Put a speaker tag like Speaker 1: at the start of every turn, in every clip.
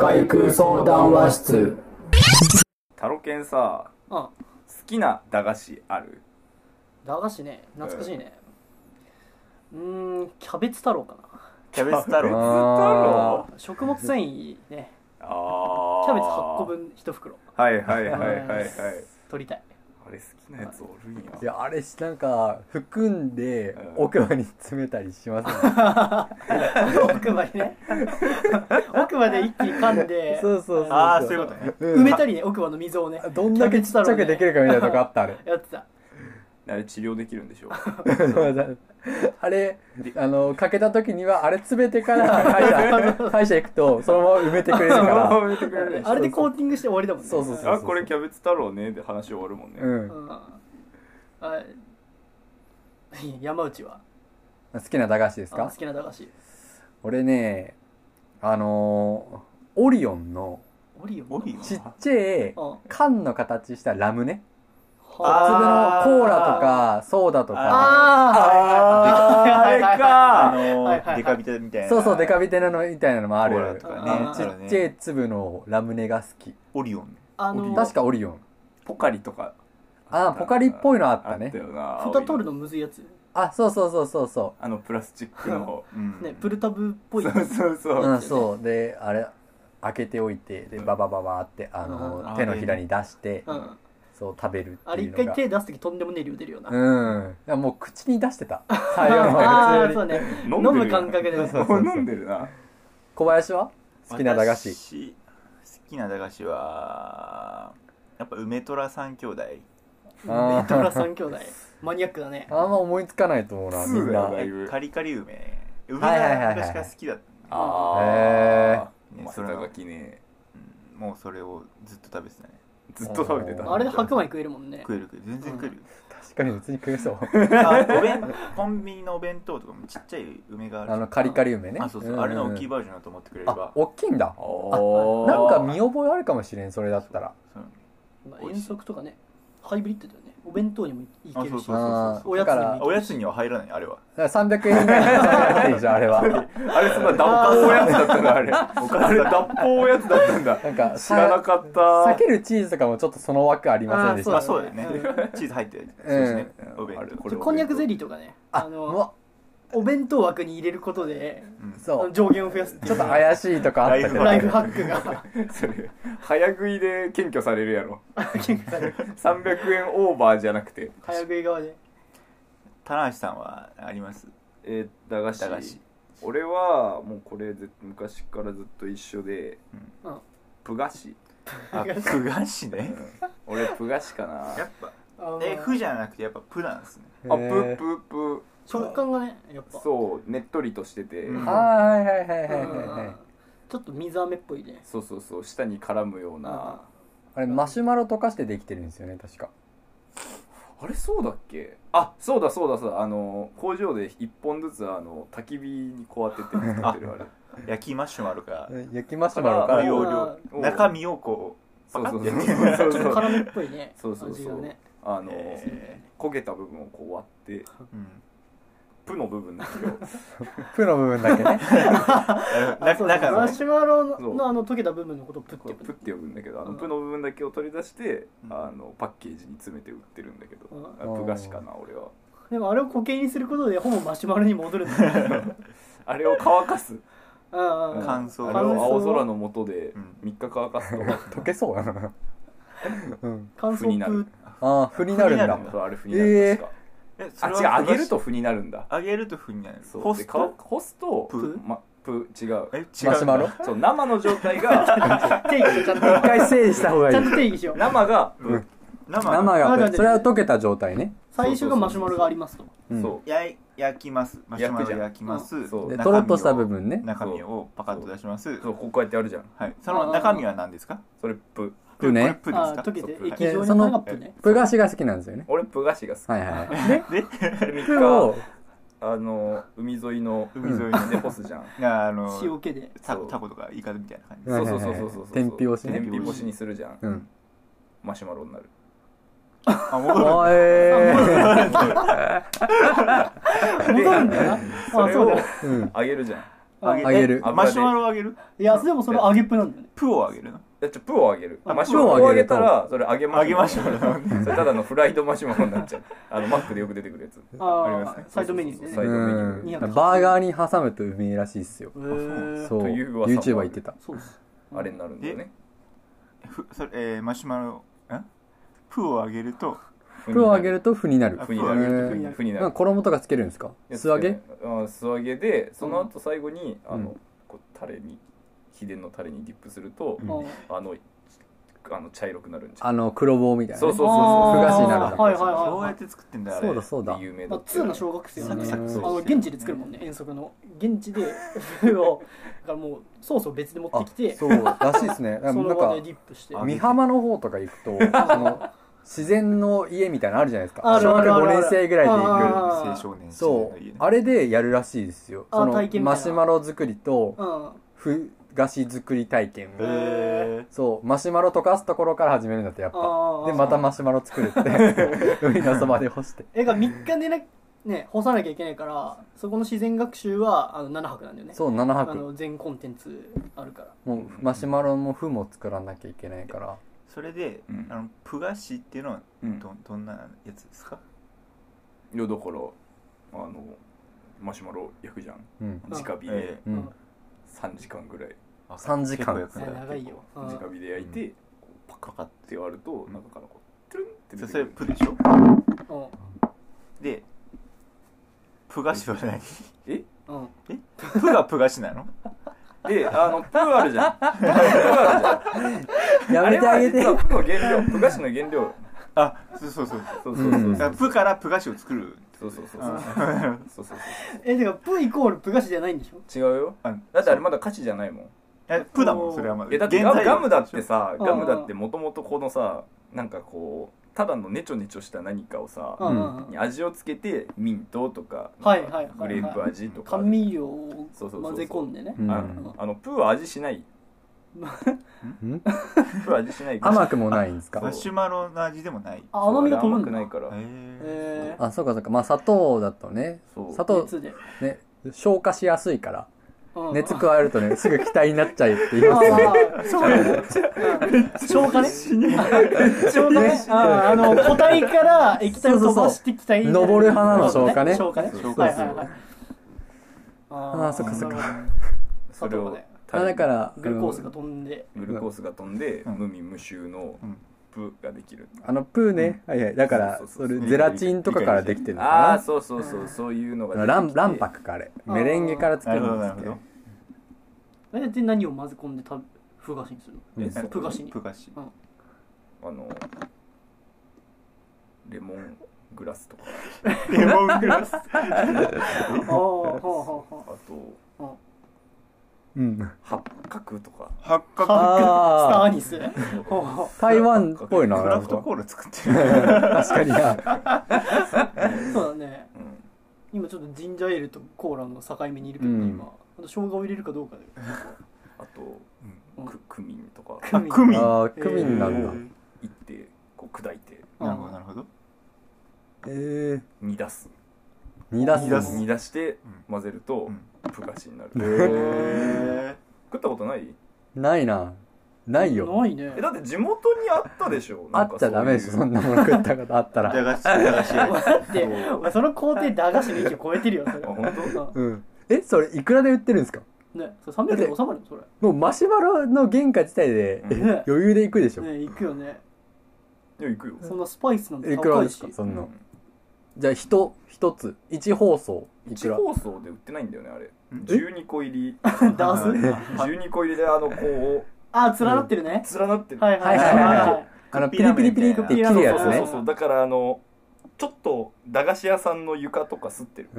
Speaker 1: 内空想談話室
Speaker 2: タロケンさ
Speaker 3: あ
Speaker 2: 好きな駄菓子ある
Speaker 3: 駄菓子ね懐かしいねうーんキャベツ太郎か
Speaker 4: キャベツ太
Speaker 2: キャベツ太
Speaker 4: 郎
Speaker 2: 郎
Speaker 3: な食物繊維ね
Speaker 2: あー
Speaker 3: キャベツ8個分1袋
Speaker 2: はいはいはいはい はい
Speaker 3: 取りたい
Speaker 2: あれ好きなやつおるん
Speaker 4: い
Speaker 2: や
Speaker 4: やあれしなんか含んで
Speaker 2: うん
Speaker 4: 奥歯に詰めたりします ね
Speaker 3: 奥までね 奥まで一気に噛んで
Speaker 4: そうそうそう
Speaker 3: あー
Speaker 4: あ
Speaker 3: そういうこと
Speaker 4: ね
Speaker 3: 埋めたりね奥歯の溝をね
Speaker 4: どんだけちっちゃくできるかみたいなとこあった あれ
Speaker 3: やってた
Speaker 2: あれ治療できるんで しょ
Speaker 4: あれあのかけた時にはあれ詰めてから歯医 者歯医者行くとそのまま埋めてくれる から
Speaker 2: 見てくれる
Speaker 3: あれでコーティングして終わりだもんね
Speaker 4: そうそうそう
Speaker 2: あこれキャベツ太郎ねで話終わるもんね、
Speaker 4: う
Speaker 3: うんんあ 山内は
Speaker 4: 好きな駄菓子です
Speaker 3: あ
Speaker 4: か
Speaker 3: 好きな駄菓子
Speaker 4: 俺ねあのーオリオンの
Speaker 3: オリオン
Speaker 2: オリオン
Speaker 4: ちっちゃい
Speaker 3: うん
Speaker 4: 缶の形したラムネ
Speaker 3: は
Speaker 4: 粒の
Speaker 2: あー
Speaker 4: コーラとかソーダとか
Speaker 3: あ
Speaker 2: あーあれ
Speaker 4: あ
Speaker 2: か
Speaker 4: の
Speaker 3: はいはい
Speaker 4: ー
Speaker 3: はい
Speaker 5: デカビタみたいな。
Speaker 4: そうそうデカビテなのみたいなのもあ
Speaker 5: コーラ
Speaker 4: る
Speaker 5: と
Speaker 3: かね
Speaker 4: あのちっちゃい粒のラムネが好き
Speaker 5: オリオン。
Speaker 3: あの
Speaker 4: 確かオリオン
Speaker 2: ポカリとか
Speaker 4: あポカリっぽいのあった
Speaker 2: あっ
Speaker 4: ね
Speaker 2: たよな
Speaker 3: 蓋取る
Speaker 2: の
Speaker 3: のむずいやつ
Speaker 4: あそうそうそうそうそ
Speaker 2: あのプラスチックの
Speaker 5: うん
Speaker 3: ねプルタブっぽい
Speaker 2: そうそうそうう
Speaker 4: うんそうであれ開けておいてでババババーってあの
Speaker 3: うん
Speaker 4: ー
Speaker 5: あー
Speaker 4: 手のひらに出して
Speaker 3: うん
Speaker 4: そう食べるっ
Speaker 3: あ
Speaker 4: て
Speaker 3: れ
Speaker 4: い
Speaker 3: 一
Speaker 4: うの
Speaker 3: 回
Speaker 4: が
Speaker 3: 手出す時とんでもねえ量出るよな
Speaker 4: うんいやもう口に出して た最後の方
Speaker 3: ああ
Speaker 4: 普通
Speaker 3: そう
Speaker 4: に
Speaker 3: ね
Speaker 2: 飲んで
Speaker 3: 飲
Speaker 2: るよ
Speaker 3: む感覚でね
Speaker 2: 飲んでるな
Speaker 4: 小林は好きな駄菓子
Speaker 5: 子。好きな駄菓子は、やっぱ梅虎三兄弟。
Speaker 4: あー
Speaker 3: メトラ三兄弟マニアックだね
Speaker 4: あんま思いつかないと思うなみん
Speaker 2: 通だよ
Speaker 4: な
Speaker 2: だいぶ
Speaker 5: カリカリ梅。梅
Speaker 4: はいはいはいは
Speaker 5: が
Speaker 4: い
Speaker 5: 昔から好きだったんで、
Speaker 2: あ
Speaker 4: へ
Speaker 2: ー
Speaker 5: ー
Speaker 2: ねそれがきね
Speaker 5: うんもうそれをずっと食べてたね。
Speaker 2: ずっと食べてた
Speaker 3: あれで白米食えるもんね
Speaker 5: 食える食える。全然食えるよ。
Speaker 4: 確かに別に食えそう
Speaker 5: あお弁 コンビニのお弁当とかもちっちゃい梅がある
Speaker 4: あのカリカリ梅ね
Speaker 5: あ、そうそう。
Speaker 4: んんん
Speaker 5: あれの大きいバージョンだと思ってくれれ
Speaker 4: あ
Speaker 5: ば。
Speaker 4: 大きいんだ
Speaker 2: おー
Speaker 4: なんか見覚えあるかもしれんそれだったら
Speaker 5: そう
Speaker 3: まあ遠足とかねハイブリッドだよねお弁当にもいけ
Speaker 5: あ、そ
Speaker 3: る
Speaker 5: う
Speaker 3: し
Speaker 5: そうそうそう。
Speaker 3: おやつにもいけ
Speaker 5: お
Speaker 3: る
Speaker 5: やつには入らない、あれは。
Speaker 4: だから300円以内に入ってるじゃんあれは
Speaker 2: あれそんな脱法おやつだったんだあれあれ脱法おやつだったんだ
Speaker 4: なんか
Speaker 2: 知らなかった
Speaker 4: 避けるチーズとかもちょっとその枠ありませんでし
Speaker 3: あ
Speaker 4: た
Speaker 5: あ、
Speaker 3: そ
Speaker 5: そうう
Speaker 3: だ
Speaker 5: だ
Speaker 3: ね
Speaker 5: ね。チーズ入ってる。そう
Speaker 4: うん
Speaker 5: ですね。お弁
Speaker 2: あれ
Speaker 5: 当。
Speaker 2: これ
Speaker 3: こんにゃくゼ
Speaker 2: リ
Speaker 3: リーとかね
Speaker 4: あ
Speaker 3: あ
Speaker 4: う
Speaker 3: の
Speaker 4: わ
Speaker 3: お弁当枠に入れることで
Speaker 4: そう
Speaker 3: 上限を増やすって
Speaker 4: ち
Speaker 3: い
Speaker 4: ょっ
Speaker 3: う
Speaker 4: と怪しいとかあったけど
Speaker 3: ライフハックが
Speaker 2: ーそれ早食いで検挙されるやろ
Speaker 3: 結構される
Speaker 2: 300円オーバーじゃなくて
Speaker 3: 早食い側で
Speaker 5: 棚橋さんはあります
Speaker 2: えー駄菓子
Speaker 5: 駄菓子
Speaker 2: 俺はもうこれず昔からずっと一緒で、
Speaker 3: うんうん
Speaker 2: プガシ
Speaker 5: あ、ふがしね。
Speaker 2: 俺プガシかな
Speaker 5: やっぱ、
Speaker 3: あの
Speaker 5: え、ふじゃなくてやっぱプなんですね。
Speaker 2: あ
Speaker 4: へ
Speaker 2: プ
Speaker 4: ー
Speaker 2: ププ
Speaker 3: 食感がねやっぱ
Speaker 2: そうねっとりとしてて、
Speaker 5: うん
Speaker 4: あーはいはいはいはいはいは
Speaker 3: う
Speaker 4: い
Speaker 3: んちょっと水飴っぽいね
Speaker 2: そうそうそう舌に絡むような、
Speaker 4: あれマシュマロ溶かしてできてるんですよね確か
Speaker 2: あれそうだっけあそうだそうだそうだあの工場で1本ずつあの焚き火にこう当てて作ってるあれ
Speaker 5: 焼きマシュマロか、
Speaker 4: 焼きマシュマロか
Speaker 2: あ
Speaker 4: ら
Speaker 2: ー
Speaker 5: 容
Speaker 2: うん
Speaker 5: 量。中身をこ
Speaker 2: そうそうそう
Speaker 3: ち
Speaker 2: そ
Speaker 3: ょ
Speaker 2: う
Speaker 3: っと
Speaker 2: そう
Speaker 3: 辛めっぽいね
Speaker 2: そうそうそう
Speaker 3: 味がね
Speaker 2: あ
Speaker 5: う、
Speaker 2: の、
Speaker 5: え
Speaker 2: 焦げた部分をこう割って
Speaker 5: ーうん
Speaker 2: プの部分だ けど
Speaker 4: プの部分だけね
Speaker 3: あ
Speaker 5: な
Speaker 3: そう
Speaker 5: 中の
Speaker 3: マ
Speaker 5: ね、
Speaker 3: シュマロ
Speaker 2: そ
Speaker 3: の
Speaker 2: う
Speaker 3: のあの溶けた部分のことをプッ
Speaker 2: これ
Speaker 3: て
Speaker 2: プって呼ぶんだけどあの
Speaker 3: うん
Speaker 2: プの部分だけを取り出して、
Speaker 5: うん
Speaker 2: あのパッケージに詰めて売ってるんだけど、
Speaker 3: うん
Speaker 2: あプ菓子かな俺は
Speaker 3: でもあれを固形にすることでほぼマシュマロに戻る んだよ
Speaker 2: あれを乾かす
Speaker 3: うんうんうん
Speaker 5: 乾燥
Speaker 2: あれを青空の下で
Speaker 5: うん
Speaker 2: 3日乾かす と
Speaker 4: 溶けそうやなうん
Speaker 3: 乾
Speaker 2: 負に
Speaker 3: 燥
Speaker 2: な
Speaker 3: プ
Speaker 2: る
Speaker 3: ー
Speaker 4: ああ不になるん
Speaker 5: 負にな
Speaker 4: だ
Speaker 5: るんだ
Speaker 2: そうあれ負になる、
Speaker 4: えー
Speaker 2: 確か
Speaker 5: えそ
Speaker 2: あ
Speaker 5: れ
Speaker 2: 違
Speaker 5: は
Speaker 2: う揚げると負になるんだ
Speaker 5: 揚げるとふになる
Speaker 2: そう
Speaker 5: ホス
Speaker 2: でか
Speaker 5: ト
Speaker 2: ホスト
Speaker 5: プ
Speaker 2: ま、プ違う
Speaker 5: え違う
Speaker 4: マシュマロ
Speaker 2: そう生の状態が
Speaker 3: 定義しようちゃん
Speaker 4: 一回整理した方が
Speaker 3: とち
Speaker 4: いい
Speaker 3: ゃんと定義しよ う
Speaker 2: 生が、
Speaker 5: 生の
Speaker 4: 生
Speaker 3: 生が
Speaker 4: が
Speaker 3: ね
Speaker 4: それは溶けた状態ね
Speaker 3: 最初がマシュマロがありますと
Speaker 4: うん
Speaker 2: そ
Speaker 5: やい焼きますマシュマロ焼きま
Speaker 2: うん
Speaker 5: す
Speaker 2: そう
Speaker 4: で
Speaker 5: 中身
Speaker 4: とろ
Speaker 5: を
Speaker 4: っとした部分ね
Speaker 5: 中身をパカッと出します
Speaker 2: うそうこうやってやるじゃん
Speaker 5: はいその中身は何ですか
Speaker 2: それプ
Speaker 4: プね
Speaker 5: これプで
Speaker 3: あ
Speaker 5: す
Speaker 3: ー
Speaker 5: か
Speaker 3: 溶け
Speaker 2: そう
Speaker 3: て
Speaker 2: プ
Speaker 3: 液状
Speaker 4: え
Speaker 3: に
Speaker 4: そ
Speaker 3: なるが
Speaker 4: の
Speaker 3: プーね
Speaker 4: プ菓子が好きなんですよね
Speaker 2: 俺プ菓子が好き、
Speaker 4: はいはいで
Speaker 5: で
Speaker 2: 3
Speaker 4: プを
Speaker 2: 日あの海沿いの
Speaker 5: 海沿いの
Speaker 2: で干すじゃん
Speaker 5: あの
Speaker 3: 塩気で
Speaker 5: タ
Speaker 2: そう
Speaker 5: タコとかイカみたいな感じ
Speaker 4: は
Speaker 2: そ
Speaker 4: いうはい
Speaker 2: そ
Speaker 4: は
Speaker 2: う
Speaker 4: い
Speaker 2: そうそうそう
Speaker 4: 天日干しね
Speaker 2: 天日干しにするじゃん
Speaker 4: うん
Speaker 2: マシュマロになる
Speaker 5: あ戻る
Speaker 4: おえ
Speaker 3: 戻るんだよな
Speaker 2: それ
Speaker 3: そう
Speaker 2: を
Speaker 3: だ
Speaker 4: うん
Speaker 2: 揚げるじゃん
Speaker 5: あ
Speaker 3: あ
Speaker 4: げる
Speaker 2: あ
Speaker 5: マシュマロをあげる
Speaker 3: いやでもそれ揚げっぷなんだよね
Speaker 5: プーをあげるの
Speaker 2: えちょプーをあげるあ
Speaker 3: あ
Speaker 2: マシュマロ
Speaker 4: プーを
Speaker 2: をあ
Speaker 4: あげ
Speaker 2: げ
Speaker 4: ると
Speaker 2: たらそれあげま
Speaker 5: あげましょ う
Speaker 2: それただのフライドマシュマロになっちゃうあのマックでよく出てくるやつ
Speaker 3: あー
Speaker 2: りますね
Speaker 3: サイドメニューです
Speaker 2: サイ
Speaker 3: ね
Speaker 2: ドメニュー
Speaker 4: うん
Speaker 3: 280
Speaker 4: バーガーに挟むとうめえらしいっすよ
Speaker 3: へー
Speaker 4: そう
Speaker 2: という噂もある
Speaker 4: YouTuber 言ってた
Speaker 3: そうです
Speaker 2: あれになるんだよね
Speaker 5: ふそれ、えーマシュマロんプーをあげると
Speaker 4: プロをあげると負になる
Speaker 5: あ
Speaker 2: ふになる
Speaker 4: へ
Speaker 2: ふにな
Speaker 4: ー
Speaker 2: るふにな
Speaker 4: なん
Speaker 2: る
Speaker 4: か衣とかつけるんですか素揚げ
Speaker 2: うん素揚げでその後最後に、
Speaker 4: ん
Speaker 2: あ
Speaker 4: う
Speaker 2: のこうタレに秘伝のタレにディップすると、
Speaker 4: うん
Speaker 3: あ
Speaker 2: あのあの茶色くなるんじゃん
Speaker 4: あの黒棒みたいな
Speaker 2: そう
Speaker 4: ね
Speaker 2: そうそう
Speaker 3: あー
Speaker 2: そう
Speaker 4: ふがしになるんだ
Speaker 3: はいはいはい
Speaker 5: そう
Speaker 3: は
Speaker 5: や
Speaker 3: い
Speaker 5: って作ってんだあれ
Speaker 4: そうだそうだ
Speaker 2: で有名
Speaker 3: ま
Speaker 2: だ
Speaker 3: あ、
Speaker 2: って
Speaker 3: 通な小学生だね
Speaker 4: サ
Speaker 3: あ
Speaker 4: クサク
Speaker 3: の現地で作るもんね遠足の現地で それをだからもうソースを別で持ってきて
Speaker 4: そうらしいです ねな
Speaker 3: そ
Speaker 4: ん
Speaker 3: の場で
Speaker 4: か
Speaker 3: ディップして
Speaker 5: あ
Speaker 4: 美浜の方とか行くとその自然の家みたいなのあるじゃないですか
Speaker 3: ある
Speaker 4: 小
Speaker 3: あ
Speaker 4: 学
Speaker 3: るある
Speaker 4: 5年生ぐらいで
Speaker 3: あ
Speaker 4: 行
Speaker 3: ー
Speaker 4: く
Speaker 5: 青少年
Speaker 4: そう
Speaker 5: 時代の家ね
Speaker 4: あれでやるらしいですよ
Speaker 3: あー
Speaker 4: その
Speaker 3: 体験みたい
Speaker 4: マ
Speaker 3: な
Speaker 4: シュマロ作りと
Speaker 3: うん
Speaker 4: ふ菓子作り体験みたいな
Speaker 5: へ
Speaker 4: そうマシュマロ溶かすところから始めるんだってやっ
Speaker 3: あーあー
Speaker 4: ぱでまたマシュマロ作るって海のそばで干して
Speaker 3: えが3日でなね干さなきゃいけないからそこの自然学習はあの7泊なんだよね
Speaker 4: そう7
Speaker 3: あ
Speaker 4: 泊
Speaker 3: の全コンテンツあるから
Speaker 4: もうマシュマロも麩も作らなきゃいけないから
Speaker 5: ーそれで、
Speaker 2: うん
Speaker 5: あのプガシっていうのは
Speaker 2: うん
Speaker 5: どどんなやつですか
Speaker 2: いやだからあのマシュマロ焼くじゃん
Speaker 4: うん
Speaker 3: うん
Speaker 2: 直火で
Speaker 5: え
Speaker 4: う
Speaker 3: うんん
Speaker 2: 3時間ぐらい
Speaker 5: え
Speaker 4: 三時間
Speaker 5: 結構焼くんだ
Speaker 3: 長いようん
Speaker 2: 直火で焼いて、こうパカ
Speaker 5: かかっ
Speaker 2: ッて割ると中からこうトゥルンって
Speaker 5: て
Speaker 2: 出
Speaker 5: そ
Speaker 2: て
Speaker 5: そ
Speaker 2: くる
Speaker 5: れプでしょ
Speaker 3: うん
Speaker 5: でプガシは 何
Speaker 2: え
Speaker 3: うん
Speaker 5: えプがプガシなの
Speaker 2: であのプーあるじゃんプーあるじゃん
Speaker 4: やめてあげて
Speaker 2: れは実はプの原料、プ菓子の原料。
Speaker 5: あそうそうそう
Speaker 2: そうそうそううん
Speaker 5: だからプからプガシを作る
Speaker 2: そうそうそうそう。
Speaker 5: あ
Speaker 2: そうそう
Speaker 3: えてかプイコールプ菓子じゃないんでしょ
Speaker 2: そう。違うよ。
Speaker 5: あ
Speaker 2: だってあれまだ菓子じゃないもん。
Speaker 5: えプだもんそれはま
Speaker 2: えだってガム
Speaker 5: 原材料
Speaker 2: ガムだってさ、
Speaker 3: うん
Speaker 2: ガムだってもともとこのさ、なんかこうただのネチョネチョした何かをさ、
Speaker 3: うんうんうん
Speaker 2: に味をつけてミントとか、
Speaker 3: はい
Speaker 2: なんか
Speaker 3: はいはい
Speaker 2: グ
Speaker 3: はい
Speaker 2: レープ味とか。
Speaker 3: 甘味料を
Speaker 2: そうそうそうそう
Speaker 3: 混ぜ込んでね
Speaker 4: うん
Speaker 2: ああのプーは味しない。
Speaker 4: ん
Speaker 2: プーは味し ないから。
Speaker 4: 甘くもないんです
Speaker 5: マ
Speaker 4: か
Speaker 5: シュマロの味でもないへ
Speaker 3: あ甘みが飛ぶ
Speaker 2: 甘
Speaker 3: ん
Speaker 2: く
Speaker 3: だ
Speaker 2: ないから。
Speaker 3: え
Speaker 5: え
Speaker 4: あそうかそうかまあ砂糖だとね
Speaker 2: そう
Speaker 4: 砂
Speaker 3: ー
Speaker 4: 糖
Speaker 3: 熱で
Speaker 4: ね消化しやすいから
Speaker 3: うん
Speaker 4: 熱加えるとねすぐ気体になっちゃうって言い
Speaker 3: あ
Speaker 4: ますね
Speaker 3: ーそううん消化ね消化ねあーあの固体から液体を飛ばして気体にな
Speaker 4: そうそうそう登る花の消化ね
Speaker 3: 消化ね
Speaker 5: そうそう
Speaker 3: はいはいはい
Speaker 4: あーそっかそっか
Speaker 2: それを。
Speaker 4: あだから
Speaker 3: グルコースが飛んで
Speaker 2: グルコースが飛んで、
Speaker 5: うん
Speaker 2: 無味無臭の
Speaker 5: うん
Speaker 2: プーができる、
Speaker 4: あのプーね、はいはいだから
Speaker 2: そうそ
Speaker 4: そう
Speaker 2: そう
Speaker 4: れゼラチンとかからできてるの
Speaker 2: ああ
Speaker 4: か
Speaker 2: そうそうそうそういうのが出
Speaker 4: な
Speaker 2: てきて
Speaker 4: 卵卵白かあれメレンゲから作るん
Speaker 5: な
Speaker 4: です
Speaker 5: るほ
Speaker 4: っ
Speaker 5: どなる
Speaker 4: て
Speaker 3: 大体何を混ぜ込んで食べふがしにする
Speaker 2: え
Speaker 5: ほ
Speaker 2: そ
Speaker 5: ど
Speaker 2: う
Speaker 3: プガシに
Speaker 5: プガシ
Speaker 2: あのレモングラスとか
Speaker 5: レモングラス
Speaker 3: ああほうほうほ
Speaker 2: あと
Speaker 3: う
Speaker 4: うん
Speaker 2: 八角とか
Speaker 5: 八角
Speaker 3: スター
Speaker 4: あ
Speaker 3: アニスほうほ
Speaker 4: あ台湾っぽいな
Speaker 5: ク
Speaker 4: な
Speaker 5: ラ
Speaker 4: ん
Speaker 5: フト
Speaker 4: か
Speaker 5: コール作ってる
Speaker 4: 確かにな
Speaker 3: うそうだね
Speaker 2: うん
Speaker 3: 今ちょっとジンジャーエールとコーラの境目にいるけど
Speaker 4: うん
Speaker 3: ね今あと生姜を入れるかどうかで
Speaker 2: あと、くクミンとか
Speaker 3: クミン
Speaker 5: クミン
Speaker 4: ああクミンな
Speaker 5: なる
Speaker 4: ん
Speaker 5: ほ
Speaker 4: だ
Speaker 5: ど
Speaker 2: いってこう砕いて
Speaker 5: なるほど
Speaker 4: ええ
Speaker 2: 煮出す
Speaker 4: 煮出す
Speaker 5: 煮出す
Speaker 2: 煮出して
Speaker 5: うん
Speaker 2: 混ぜると、
Speaker 5: うん
Speaker 2: プガシになる、
Speaker 5: へ
Speaker 2: 食ったことない
Speaker 4: ないなないよ
Speaker 3: ないね
Speaker 2: えだって地元にあったでしょ
Speaker 4: あ
Speaker 2: なん
Speaker 4: っ
Speaker 2: か
Speaker 4: ちゃダメでしょそんなもの食ったことあった
Speaker 5: ー駄
Speaker 4: ら
Speaker 5: 菓子駄菓子屋
Speaker 3: だってお前その工程駄菓子の域を超えてるよそれ
Speaker 2: あ本
Speaker 4: うんえそれいくらで売ってるんですか
Speaker 3: 当ねそれ300円で収まるのそれ
Speaker 4: もうマシュマロの原価自体で
Speaker 2: うん
Speaker 4: え余裕でいくでしょ
Speaker 3: ね行くよね
Speaker 2: いや行くよ
Speaker 3: そんなスパイスなんて
Speaker 4: いくら
Speaker 3: 高い
Speaker 4: で
Speaker 3: し
Speaker 4: すかそんなじゃあ一一つ一包装いく
Speaker 2: 1
Speaker 4: ら
Speaker 2: 放送で売ってないんだよねあれ
Speaker 5: ん
Speaker 2: 12個入り
Speaker 3: ダース
Speaker 2: 12個入りであのこ
Speaker 3: あー連なってるね
Speaker 2: う連なってる
Speaker 3: はいはいはい
Speaker 4: はいはいは
Speaker 3: はい
Speaker 4: あのピリピリピリって切るや
Speaker 2: そう
Speaker 4: つ
Speaker 2: そうそう
Speaker 4: ね
Speaker 2: そうだからあのちょっと駄菓子屋さんの床とか擦ってる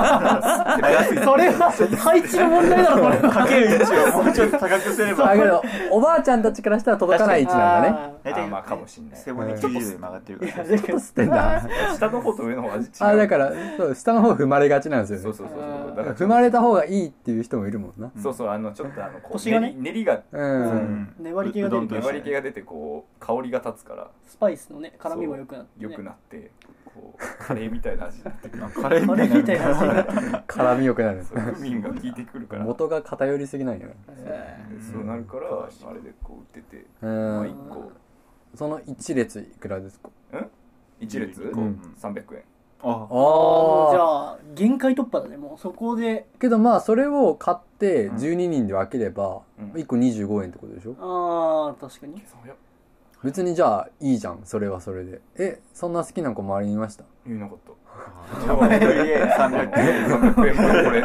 Speaker 5: 長すぎ
Speaker 3: それは配置の問題だろこれは
Speaker 5: かける位置をもうちょっと高くすれば
Speaker 4: あけどおばあちゃんたちからしたら届かない位置なんだね
Speaker 3: あ
Speaker 5: 大体
Speaker 2: あまあかもしんない
Speaker 5: 背骨90度で曲がってるか
Speaker 3: ーいや
Speaker 5: ら
Speaker 3: だ
Speaker 4: ち
Speaker 3: か
Speaker 4: ょっ
Speaker 3: ら
Speaker 4: と捨てんだ
Speaker 2: 下の方と上の方味違う
Speaker 4: あだからそう下の方踏まれがちなんですよね
Speaker 2: そうそうそうそうだから
Speaker 4: 踏まれた方がいいっていう人もいるもんな
Speaker 2: そうそうあのちょっとあのこう
Speaker 3: 腰がね
Speaker 2: 練り練りが
Speaker 4: う
Speaker 5: うんん
Speaker 3: 粘り気が出る
Speaker 5: うどんと一緒
Speaker 2: 粘り気が出てこう香りが立つから
Speaker 3: スパイスのね辛みも良くなって
Speaker 2: 良
Speaker 3: ね
Speaker 2: くなって
Speaker 5: こ
Speaker 2: こうカレーみたいな味になってくる
Speaker 5: あカレー
Speaker 3: あれみ
Speaker 5: み
Speaker 3: た
Speaker 5: た
Speaker 3: い
Speaker 5: い
Speaker 3: な
Speaker 5: な
Speaker 3: 味になって
Speaker 4: 絡みよくなるんです
Speaker 2: そうクミンが効いてくるから
Speaker 4: 元が偏りすぎないよね
Speaker 2: そうなるからあれでこう打ってて
Speaker 4: う
Speaker 2: まあ
Speaker 4: ん
Speaker 2: 一個
Speaker 4: その一列いくらですか
Speaker 2: 一列
Speaker 5: うん
Speaker 2: 300円
Speaker 5: あ
Speaker 4: あ
Speaker 3: じ
Speaker 4: あ
Speaker 3: ゃあ限界突破だねもうそこで
Speaker 4: けどまあそれを買って
Speaker 2: うん
Speaker 4: 12人で分ければ
Speaker 2: うん
Speaker 4: 1個25円ってことでしょ
Speaker 3: ああ確かに
Speaker 2: そうや
Speaker 4: 別にじゃあいいじゃんそれはそれでえそんな好きな子周りにいました
Speaker 2: 言えなかった
Speaker 5: 名 前の家300円
Speaker 2: 300円これこれ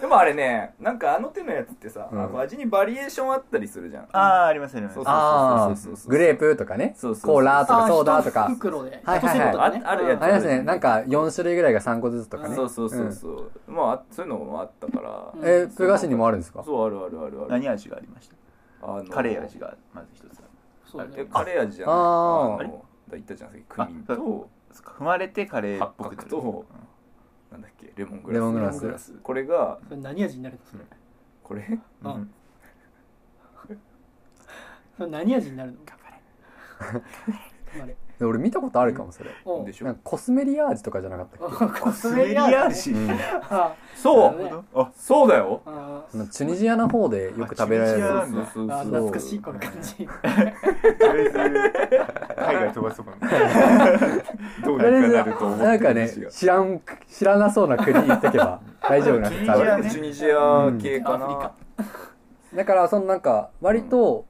Speaker 2: でもあれねなんかあの手のやつってさ、
Speaker 4: うん
Speaker 2: あこう味にバリエーションあったりするじゃん
Speaker 5: ああありますあります
Speaker 2: そうそう
Speaker 4: ああ
Speaker 2: そうそうそうそう
Speaker 4: グレープとかね
Speaker 2: そうそうそう
Speaker 4: コーラと
Speaker 3: あ
Speaker 4: か
Speaker 3: あ
Speaker 4: ソーダとか
Speaker 3: 一袋で
Speaker 4: はいはいはい
Speaker 3: 落とせるとかね
Speaker 2: ああるやつ
Speaker 4: あれですねなんか4種類ぐらいが3個ずつとかね
Speaker 2: そうそうそうそう、まああそういうのもあったから、
Speaker 3: うん
Speaker 4: えプガシにもあるんですか
Speaker 2: そうあるあるあるある
Speaker 5: 何味がありました
Speaker 2: あの
Speaker 5: カレー味がまず一つ
Speaker 3: そうね
Speaker 2: えカレー味じゃない
Speaker 4: あ
Speaker 2: あ
Speaker 4: あ
Speaker 2: の
Speaker 4: ー
Speaker 2: だ言ったじゃんさっきクミン
Speaker 5: あ
Speaker 2: と
Speaker 5: 踏まれてカレーっぽくなる
Speaker 2: 八角となんだっけレモングラス
Speaker 4: レモングラ
Speaker 3: ス
Speaker 2: これが
Speaker 3: それ何味になるのそれ
Speaker 2: これ
Speaker 5: うん
Speaker 3: あそれ何味になるの頑張れ
Speaker 4: で俺見たことあるかもそれ
Speaker 3: おう
Speaker 2: でし
Speaker 4: なん
Speaker 2: ょ
Speaker 4: かコスメリア味とかじゃなかったっ
Speaker 3: あコ ス
Speaker 5: ス
Speaker 3: メ
Speaker 5: メ
Speaker 3: リ
Speaker 5: リ
Speaker 3: ア
Speaker 5: ア
Speaker 3: ー
Speaker 5: 味
Speaker 3: あ
Speaker 2: そ
Speaker 3: なるほ
Speaker 2: う
Speaker 3: ど
Speaker 5: あ
Speaker 2: そうだよ
Speaker 3: あ
Speaker 4: けチュニジアの方でよく食べられる
Speaker 5: あチュニジア
Speaker 2: そ
Speaker 5: な
Speaker 2: うんそうそう
Speaker 3: あ
Speaker 4: そう
Speaker 5: だ
Speaker 3: 懐かしいこの感じ
Speaker 5: とりあえず海外飛ばそうかな
Speaker 2: どうに
Speaker 4: とりあえ
Speaker 2: か
Speaker 4: ず
Speaker 2: なると思って
Speaker 4: なんかね
Speaker 2: チ
Speaker 4: 知らん知らなそうな国行ってけば大丈夫なん
Speaker 5: チュ
Speaker 4: で
Speaker 5: ニ
Speaker 4: す
Speaker 5: ジ
Speaker 4: 多
Speaker 5: ア
Speaker 2: ュ
Speaker 4: 分
Speaker 5: ね
Speaker 2: ニジア系か
Speaker 3: アフリ
Speaker 2: な
Speaker 3: カ
Speaker 4: だからそのなんか割と、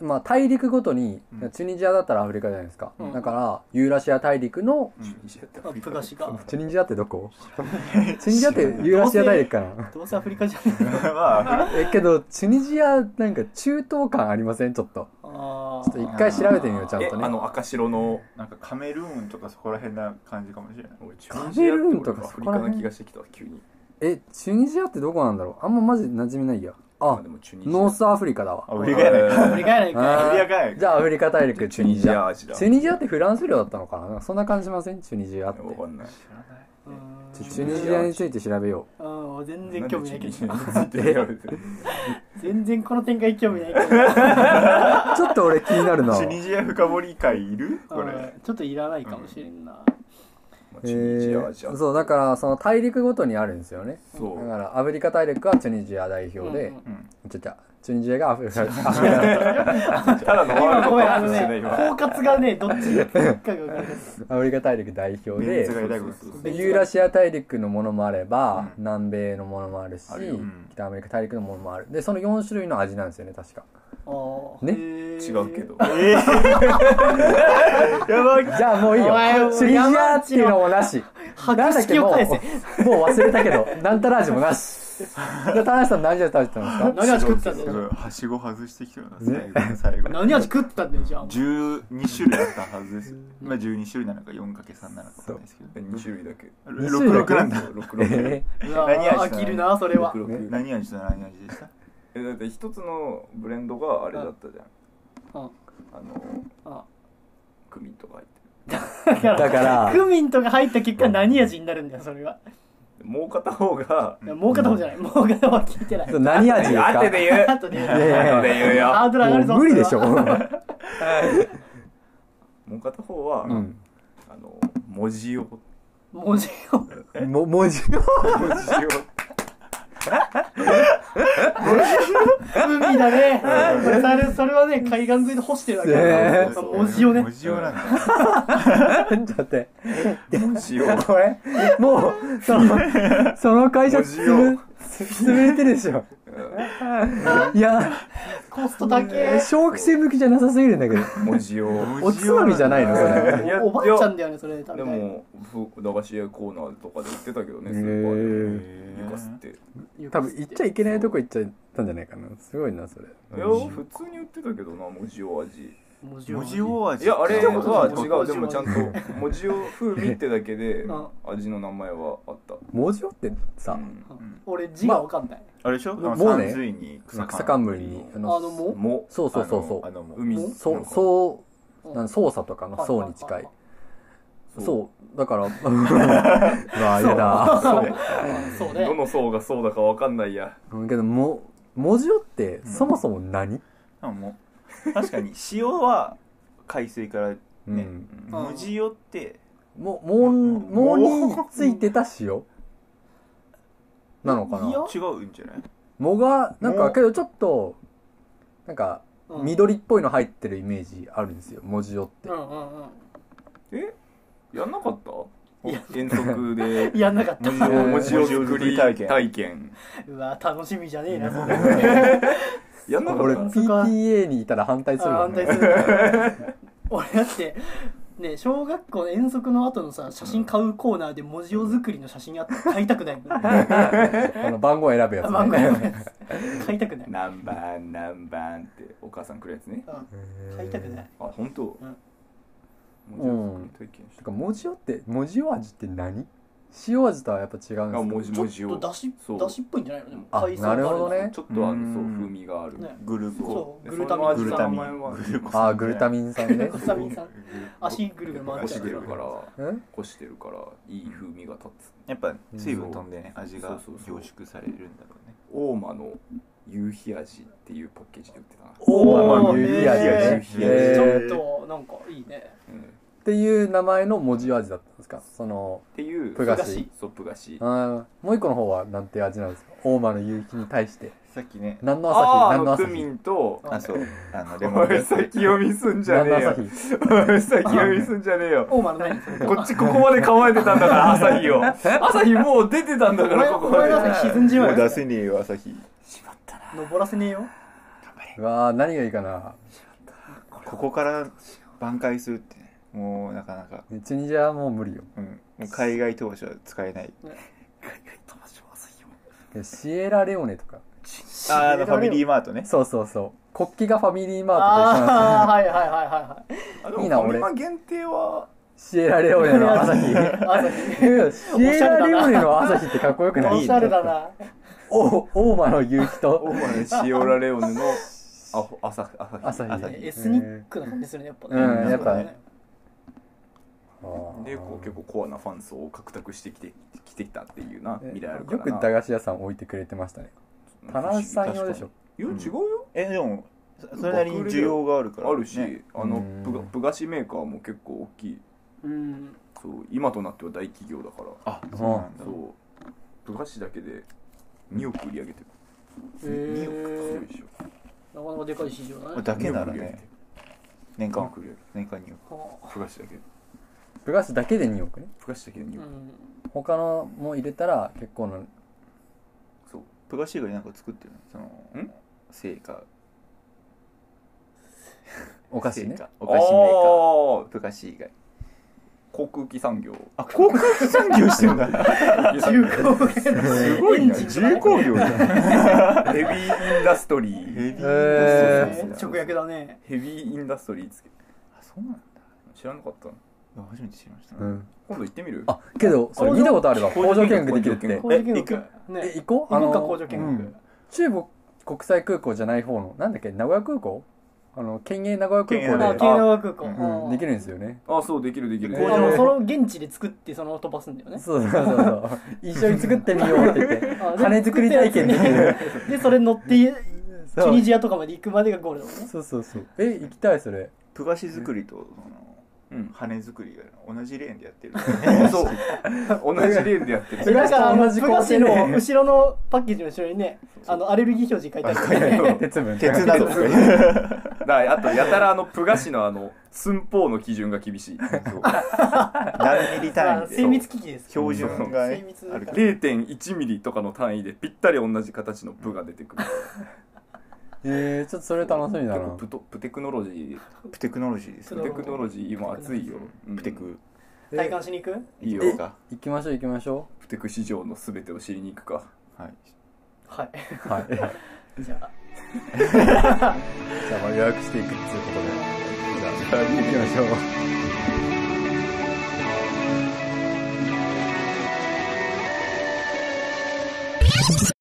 Speaker 3: うん
Speaker 4: まあ、大陸ごとに、
Speaker 5: うん
Speaker 4: チュニジアだったらアフリカじゃないですか、
Speaker 3: うん
Speaker 4: だからユーラシア大陸の
Speaker 5: うん
Speaker 3: あプガシが
Speaker 4: チュニジアってどこチュニジアってユーラシア大陸かな
Speaker 3: どうせアフリカじゃない
Speaker 5: まあ
Speaker 4: えけどチュニジアなんか中東感ありませんちょっと
Speaker 3: あ
Speaker 4: ちょっと一回調べてみようちゃん
Speaker 2: え
Speaker 4: と
Speaker 2: あ
Speaker 4: ね
Speaker 2: の赤白の
Speaker 5: なんかカメルーンとかそこら辺な感じかもしれない
Speaker 2: 俺チ
Speaker 4: カ
Speaker 2: ュニジ
Speaker 4: メ
Speaker 2: ア
Speaker 4: ルー
Speaker 2: っ
Speaker 4: ン
Speaker 2: て
Speaker 4: と
Speaker 2: 俺
Speaker 4: か
Speaker 2: ア
Speaker 4: そ
Speaker 2: フ
Speaker 4: こ
Speaker 2: リ
Speaker 4: ら
Speaker 2: カ
Speaker 4: 辺
Speaker 2: な気がしてきた急に
Speaker 4: えチュニジアってどこなんだろうあんまマジ馴染みないや
Speaker 2: ま
Speaker 4: あ
Speaker 2: でもチュニジア
Speaker 4: ノースアフリカだわ
Speaker 5: あ俺がやない
Speaker 3: アフリカやないかい
Speaker 5: アフリ
Speaker 4: あ
Speaker 5: カや
Speaker 4: ーじゃあアフリカ大陸チュニジア
Speaker 2: 味だ
Speaker 4: チュニジアってフランス領だったのかななんかそんな感じしませんチュニジアって
Speaker 2: わかんない
Speaker 5: 知らない
Speaker 3: うん
Speaker 4: ちょチュニジアについて調べよ
Speaker 3: うん全然興味ないけ
Speaker 2: な
Speaker 3: ど
Speaker 2: んでチュニ ジアについて調べて
Speaker 3: 全然この展開興味ないけど
Speaker 4: うちょっと俺気になるな
Speaker 5: チュニジア深掘り会いるこ
Speaker 3: う
Speaker 5: れ
Speaker 3: んちょっといらないかもしれん な
Speaker 2: まあ
Speaker 4: え
Speaker 2: チュニジア
Speaker 4: ー
Speaker 2: 味だ
Speaker 4: そうだからその大陸ごとにあるんですよね
Speaker 2: そ
Speaker 4: だ
Speaker 2: う
Speaker 4: からアフリカ大陸はチュニジア代
Speaker 3: うん
Speaker 4: 表で
Speaker 3: うん
Speaker 5: うん
Speaker 4: ちょちょチュニジアが アフリカ
Speaker 2: ただのワールド
Speaker 3: 今ご
Speaker 2: カ
Speaker 3: めんあ
Speaker 2: ップ
Speaker 3: の
Speaker 2: してない
Speaker 3: ね
Speaker 2: 今
Speaker 3: 包括がねどっちに行くかが分からない
Speaker 4: アフリカ大陸代表
Speaker 5: ベネツが
Speaker 4: で
Speaker 5: 偉いことす
Speaker 2: そうそう
Speaker 5: る
Speaker 4: でユーラシア大陸のものもあれば、
Speaker 5: うん
Speaker 4: 南米のものもあるし
Speaker 2: あるよ
Speaker 5: うん
Speaker 4: 北アメリカ大陸のものもあるでその4種類の味なんですよね確かね
Speaker 2: 違
Speaker 3: 違
Speaker 2: うけど
Speaker 5: えーやばい
Speaker 4: じゃあもういいよ
Speaker 3: お前もう
Speaker 4: チュニジアっていうのもなしなんだ
Speaker 3: 白
Speaker 4: っけ
Speaker 3: 色
Speaker 4: も
Speaker 3: を返せ
Speaker 4: うもう忘れたけど なんたら味もなしで田中さん何味食べてたんですか
Speaker 3: 何味食ってたんだ
Speaker 5: すごい
Speaker 3: よ
Speaker 5: はしご外してきてるな最後の最後
Speaker 3: 何味食ってたんだよじゃあ
Speaker 5: 12種類あったはずですまあ12種類なのか 4×3 なのか分かんないですけど
Speaker 2: 2種類だ け
Speaker 4: 二種類だけ
Speaker 5: 66なんだ
Speaker 2: 66
Speaker 3: うわ
Speaker 5: 何味
Speaker 3: 飽きるなそれは
Speaker 2: 66
Speaker 5: 何味と何味でした
Speaker 2: えだって一つのブレンドがあれだったじゃん
Speaker 3: うん
Speaker 2: あの
Speaker 3: あ
Speaker 2: クミンとか入って
Speaker 3: だか
Speaker 4: だから
Speaker 3: らクミンとか入った結果何味になるんだよそれは
Speaker 2: るもう片方が
Speaker 3: いやもう片方じゃないもう片方は聞いてない
Speaker 4: そう何味ですか
Speaker 2: 後で言う
Speaker 3: あとね
Speaker 4: いやいや
Speaker 2: 後で言うよ
Speaker 3: ハードル上がるぞ
Speaker 4: もう無理でしょ
Speaker 3: それは
Speaker 2: もう片方は、
Speaker 4: うん
Speaker 2: あの文字を
Speaker 3: 文字を
Speaker 4: も文字
Speaker 2: 文字を
Speaker 3: 海だねこれそれそれはね海岸沿いで干してるわけ
Speaker 4: え
Speaker 3: だ
Speaker 4: ー
Speaker 3: 文字をね
Speaker 5: 文字をなんだ
Speaker 4: ちょっと待って
Speaker 2: 文字を
Speaker 4: これもうその その会社つぶ
Speaker 2: 文
Speaker 4: 潰れてるでしょいや
Speaker 3: コストだけ
Speaker 4: 小学生向きじゃなさすぎるんだけど
Speaker 2: 文字を
Speaker 4: おつまみじゃないのそれ
Speaker 2: いや
Speaker 3: おばあちゃんだよねそれ食べ
Speaker 2: で
Speaker 3: たい
Speaker 2: もふ駄菓子屋コーナーとかで売ってたけどね
Speaker 4: へ
Speaker 2: ス
Speaker 4: ー
Speaker 2: ーパーで床
Speaker 5: え
Speaker 2: 吸ってい
Speaker 4: 多分行っちゃいけないとこ行っちゃったんじゃないかなすごいなそれ
Speaker 2: や普通に売ってたけどな文字を味
Speaker 3: 文字
Speaker 5: ー
Speaker 3: を
Speaker 5: 文字王味
Speaker 2: いやあれは
Speaker 3: 聞いたことない
Speaker 2: 違うでもちゃんと文字を風味ってだけ で
Speaker 3: うん
Speaker 2: 味の名前はあった
Speaker 4: 文字をってさ、
Speaker 2: うん
Speaker 5: うん
Speaker 3: 俺字がわかんない
Speaker 5: あれでしょあの
Speaker 4: もうね
Speaker 5: 三髄に
Speaker 4: 草
Speaker 5: 草
Speaker 4: 冠にあ
Speaker 3: あ
Speaker 4: の
Speaker 3: のも
Speaker 2: も
Speaker 4: そうそうそうそう
Speaker 5: あのあのもう
Speaker 2: 海
Speaker 4: そう
Speaker 2: う
Speaker 4: そう
Speaker 3: うん
Speaker 4: なん操作とかの層に近いそう だからうわ嫌だ
Speaker 2: そう
Speaker 3: そうね
Speaker 2: どの層がそうだかわかんないや
Speaker 4: うんけども文字をってそもそも何、
Speaker 5: あもう確かに塩は海水から
Speaker 4: うん
Speaker 5: ね無地よって
Speaker 4: ももんも
Speaker 5: も
Speaker 4: についてた塩なのか
Speaker 3: いや
Speaker 4: な
Speaker 5: 違うんじゃない
Speaker 4: もがなんか
Speaker 5: も
Speaker 4: けどちょっとなんか
Speaker 3: うん
Speaker 4: 緑っぽいの入ってるイメージあるんですよ文字よって
Speaker 3: うんうんうん
Speaker 2: えやんなかった
Speaker 3: いや
Speaker 2: 遠足で
Speaker 3: やんなかった
Speaker 2: 文字を文字を
Speaker 5: 文
Speaker 2: 作
Speaker 5: 字送
Speaker 2: り
Speaker 5: り
Speaker 2: 体
Speaker 5: 体
Speaker 2: 験
Speaker 5: 験
Speaker 3: うわ楽しみじゃねえなそれ
Speaker 2: やんな
Speaker 4: 俺
Speaker 2: かった
Speaker 4: PTA にいたら反対する
Speaker 3: あ
Speaker 4: よ
Speaker 3: 反対
Speaker 4: ね
Speaker 3: する俺だってね小学校の遠足の後のさ写真買うコーナーで文字を作りの写真あった買いたく ないもん
Speaker 4: あの番号選ぶやつ
Speaker 3: 漫 画
Speaker 4: ね
Speaker 3: やばいやつ買いたくない
Speaker 2: 何番何番ってお母さんくるやつね
Speaker 3: 買いたくない
Speaker 2: あ本当
Speaker 3: うん
Speaker 2: 文字を作り体験して
Speaker 4: か文字よって文字よ味って何塩味とはやっぱ違うん
Speaker 2: あ
Speaker 4: で
Speaker 2: 文字
Speaker 4: す
Speaker 3: ちょ
Speaker 2: 文字
Speaker 3: っ
Speaker 2: を
Speaker 3: とだし
Speaker 2: そう
Speaker 3: だしっぽいんじゃないのでも
Speaker 4: あ
Speaker 3: 海藻があ
Speaker 4: なるほどね
Speaker 2: ちょっとあのそう
Speaker 4: うん
Speaker 2: 風味がある
Speaker 3: ね
Speaker 5: グルコ
Speaker 3: そう
Speaker 2: で
Speaker 3: グルタミ
Speaker 2: その
Speaker 3: ン
Speaker 5: グル
Speaker 2: 味
Speaker 5: タ
Speaker 2: の
Speaker 5: ミ
Speaker 2: 名前は
Speaker 5: ングルコ
Speaker 4: かあーグルタミン酸ね
Speaker 3: グルタミン酸
Speaker 5: 足
Speaker 3: 足ぐるぐる回っ
Speaker 2: こ
Speaker 3: ちゃ
Speaker 2: し
Speaker 3: う
Speaker 2: てるから
Speaker 4: うん
Speaker 2: こしてるからいい風味が立つ
Speaker 5: やっぱ水分飛んでね味
Speaker 2: そ
Speaker 5: が
Speaker 2: うそうそう
Speaker 5: 凝縮されるんだろうね
Speaker 2: 大間の夕日味っていうパッケージで売ってたな
Speaker 4: お
Speaker 3: おー
Speaker 4: ー夕日味ね
Speaker 2: 夕日味
Speaker 4: へー
Speaker 3: ちょっとなんかいいね
Speaker 2: うんっ
Speaker 4: っていう名前の文字味だったんですかその
Speaker 2: ていう
Speaker 4: プ
Speaker 3: ガ
Speaker 4: ガ
Speaker 3: シ
Speaker 4: シ
Speaker 2: そうプガシ
Speaker 4: あーもう一個の方はなんて味なんですか大間の夕日に対して
Speaker 5: さっきね
Speaker 4: 何の
Speaker 2: あ
Speaker 4: 朝
Speaker 2: ー
Speaker 4: 日
Speaker 2: あ
Speaker 4: 何の
Speaker 2: の
Speaker 4: 朝
Speaker 2: ク
Speaker 4: 日
Speaker 2: ミンと
Speaker 5: あそうあのレモ
Speaker 2: お
Speaker 5: ング
Speaker 2: い
Speaker 5: ラス
Speaker 2: 先読みすんじゃ
Speaker 4: 何
Speaker 2: ね
Speaker 4: の
Speaker 2: え
Speaker 4: 朝
Speaker 2: よ
Speaker 4: 日
Speaker 2: おい先読みすんじゃねえよ
Speaker 3: 大間の 何それ
Speaker 2: こっちここまで構えてたんだから朝日を朝日もう出てたんだ
Speaker 3: お
Speaker 2: か
Speaker 3: 前
Speaker 2: らここ
Speaker 3: お
Speaker 2: ま
Speaker 3: 前
Speaker 2: で
Speaker 3: の朝日沈んじま
Speaker 5: も
Speaker 3: う
Speaker 5: う出
Speaker 3: よ
Speaker 5: せねえよ朝日
Speaker 3: 登らせねえよ
Speaker 4: うわー何がいいかな
Speaker 5: ここから挽回するってねもうなかなか
Speaker 4: チュニジアはもう無理よ
Speaker 5: うんもう海外投手は使えない
Speaker 4: シエラレオネとか
Speaker 5: あーあのファミリーマートね
Speaker 4: そうそうそう国旗がファミリーマートと一緒なん
Speaker 3: ああはいはいはいは
Speaker 2: あでも
Speaker 4: いい
Speaker 2: フ
Speaker 4: な
Speaker 2: ァミマ
Speaker 4: 俺
Speaker 2: 限定は
Speaker 4: ですシエラレオネの朝 日いや
Speaker 3: いはい朝日
Speaker 4: シエラレオネの朝日ってかっこよくない
Speaker 3: おしゃれだな
Speaker 4: お大間の夕日
Speaker 2: 大
Speaker 4: と
Speaker 2: 間のシオラレオネのあほ朝朝日
Speaker 4: 朝日
Speaker 2: 朝日
Speaker 3: エスニックな感じするねやっぱね
Speaker 4: うん
Speaker 5: やっぱ
Speaker 4: ねあー
Speaker 2: でこう結構コアなファン層を獲得してきてきてきたっていうな
Speaker 4: え
Speaker 2: 未来あるから
Speaker 4: よ
Speaker 2: な
Speaker 4: く駄菓子屋さん置いてくれてましたね棚橋さん用でしょ
Speaker 2: いや違うよ、
Speaker 5: えでもそそれなりに需要があるから、
Speaker 2: あるし、
Speaker 5: ね
Speaker 2: あの
Speaker 4: うん
Speaker 2: 部が部菓子メーカーも結構大きい
Speaker 3: うん
Speaker 2: そう今となっては大企業だから
Speaker 5: あそうなんだ
Speaker 2: そう部菓子だけで2億売り上げてる、
Speaker 3: へ
Speaker 2: 2億
Speaker 3: え
Speaker 2: そうでしょ
Speaker 3: なかなかでかい市場だね
Speaker 5: だけなら
Speaker 2: 2億売り上げてる
Speaker 5: ね年
Speaker 2: 2
Speaker 5: 間
Speaker 2: 億売り上げて
Speaker 5: 年間に
Speaker 2: る部菓子だけ
Speaker 4: 部菓子だけで2億ね
Speaker 2: 部菓子だけで2億、
Speaker 3: うん
Speaker 4: 他のも入れたら結構な
Speaker 2: そう
Speaker 5: プガシーガになんか作ってるのその
Speaker 2: ん
Speaker 5: 成果
Speaker 4: お菓子ね
Speaker 5: 成果お菓子メー
Speaker 2: あ
Speaker 5: カープガシーガ
Speaker 2: ー航空機産業
Speaker 5: あ航空機産業してる んだ
Speaker 3: 重工業す
Speaker 5: ごいな
Speaker 3: 重
Speaker 5: 工業 だ
Speaker 2: ヘビーインダストリー
Speaker 5: ヘビー
Speaker 4: え
Speaker 5: そうそうそう
Speaker 3: 直訳だね
Speaker 2: ヘビーインダストリーつけ
Speaker 5: あそうなんだ
Speaker 2: 知らなかったの
Speaker 5: いや初めて知りました、
Speaker 4: うん
Speaker 2: 今度行ってみる
Speaker 4: あけどそれ見たことあるわ工場見学できるっ
Speaker 2: 工場見学
Speaker 3: 工
Speaker 4: て
Speaker 3: 場見
Speaker 5: え行
Speaker 3: 学
Speaker 5: く
Speaker 3: ね
Speaker 4: え行こ
Speaker 3: 行こう
Speaker 4: う
Speaker 3: か
Speaker 4: あの
Speaker 3: 工場見
Speaker 4: うん中部国際空港じゃない方のなんだっけ名古屋空港あの県営名古屋
Speaker 5: 県営名
Speaker 4: 空
Speaker 3: あ
Speaker 4: 港
Speaker 5: 古
Speaker 4: で
Speaker 3: 慶応空港
Speaker 4: うん
Speaker 3: あー
Speaker 4: できるんですよね
Speaker 2: あそうできるできる
Speaker 5: 工
Speaker 3: あ
Speaker 5: 場
Speaker 3: もうその現地で作ってそのまま飛ばすんだよね
Speaker 4: そうそうそう そう一緒に作ってみようって言って
Speaker 3: あで
Speaker 4: 羽作り体験できる
Speaker 3: でそれ乗ってチ
Speaker 4: そ
Speaker 3: ュニ
Speaker 4: う
Speaker 3: ジアとかまで行くまでがゴールだもんね
Speaker 4: そうそうそうえ行きたいそれ
Speaker 5: プガシ作りとその
Speaker 2: うん
Speaker 5: 羽作りが同じレーンでやってる
Speaker 2: そう同じレーンでやってる
Speaker 4: それ
Speaker 3: だからあの
Speaker 4: 同じ
Speaker 3: 富
Speaker 4: 工程で
Speaker 3: 樫の後ろのパッケージの後ろにねあのアレルギー表示書いてあるからね
Speaker 4: 鉄分
Speaker 5: 鉄など
Speaker 2: だからあとやたらあのプガシのあの寸法の基準が厳しい
Speaker 5: 何ミリ
Speaker 3: ま
Speaker 5: 単
Speaker 3: あ
Speaker 5: 位で
Speaker 3: 精密機器です
Speaker 5: 標準がね
Speaker 3: 精密
Speaker 5: あるから
Speaker 2: 0.1ミリとかの単位でぴったり同じ形の部が出てくる
Speaker 4: えー、ちょっとそれ楽しみ
Speaker 2: 結
Speaker 4: だな
Speaker 2: 構プトプテクノロジー
Speaker 5: プテクノロジーです
Speaker 2: プテクノロジー今熱いよ
Speaker 5: プテク
Speaker 4: え
Speaker 3: 体感しに行く
Speaker 2: いいよ
Speaker 5: どうか
Speaker 4: 行きましょう行きましょ
Speaker 2: プテク市場の全てを知りに行くか
Speaker 5: はい
Speaker 3: は
Speaker 4: うはいじゃ
Speaker 3: い じゃあ
Speaker 4: あまあ予約していくっていうことでじゃあ行きましょう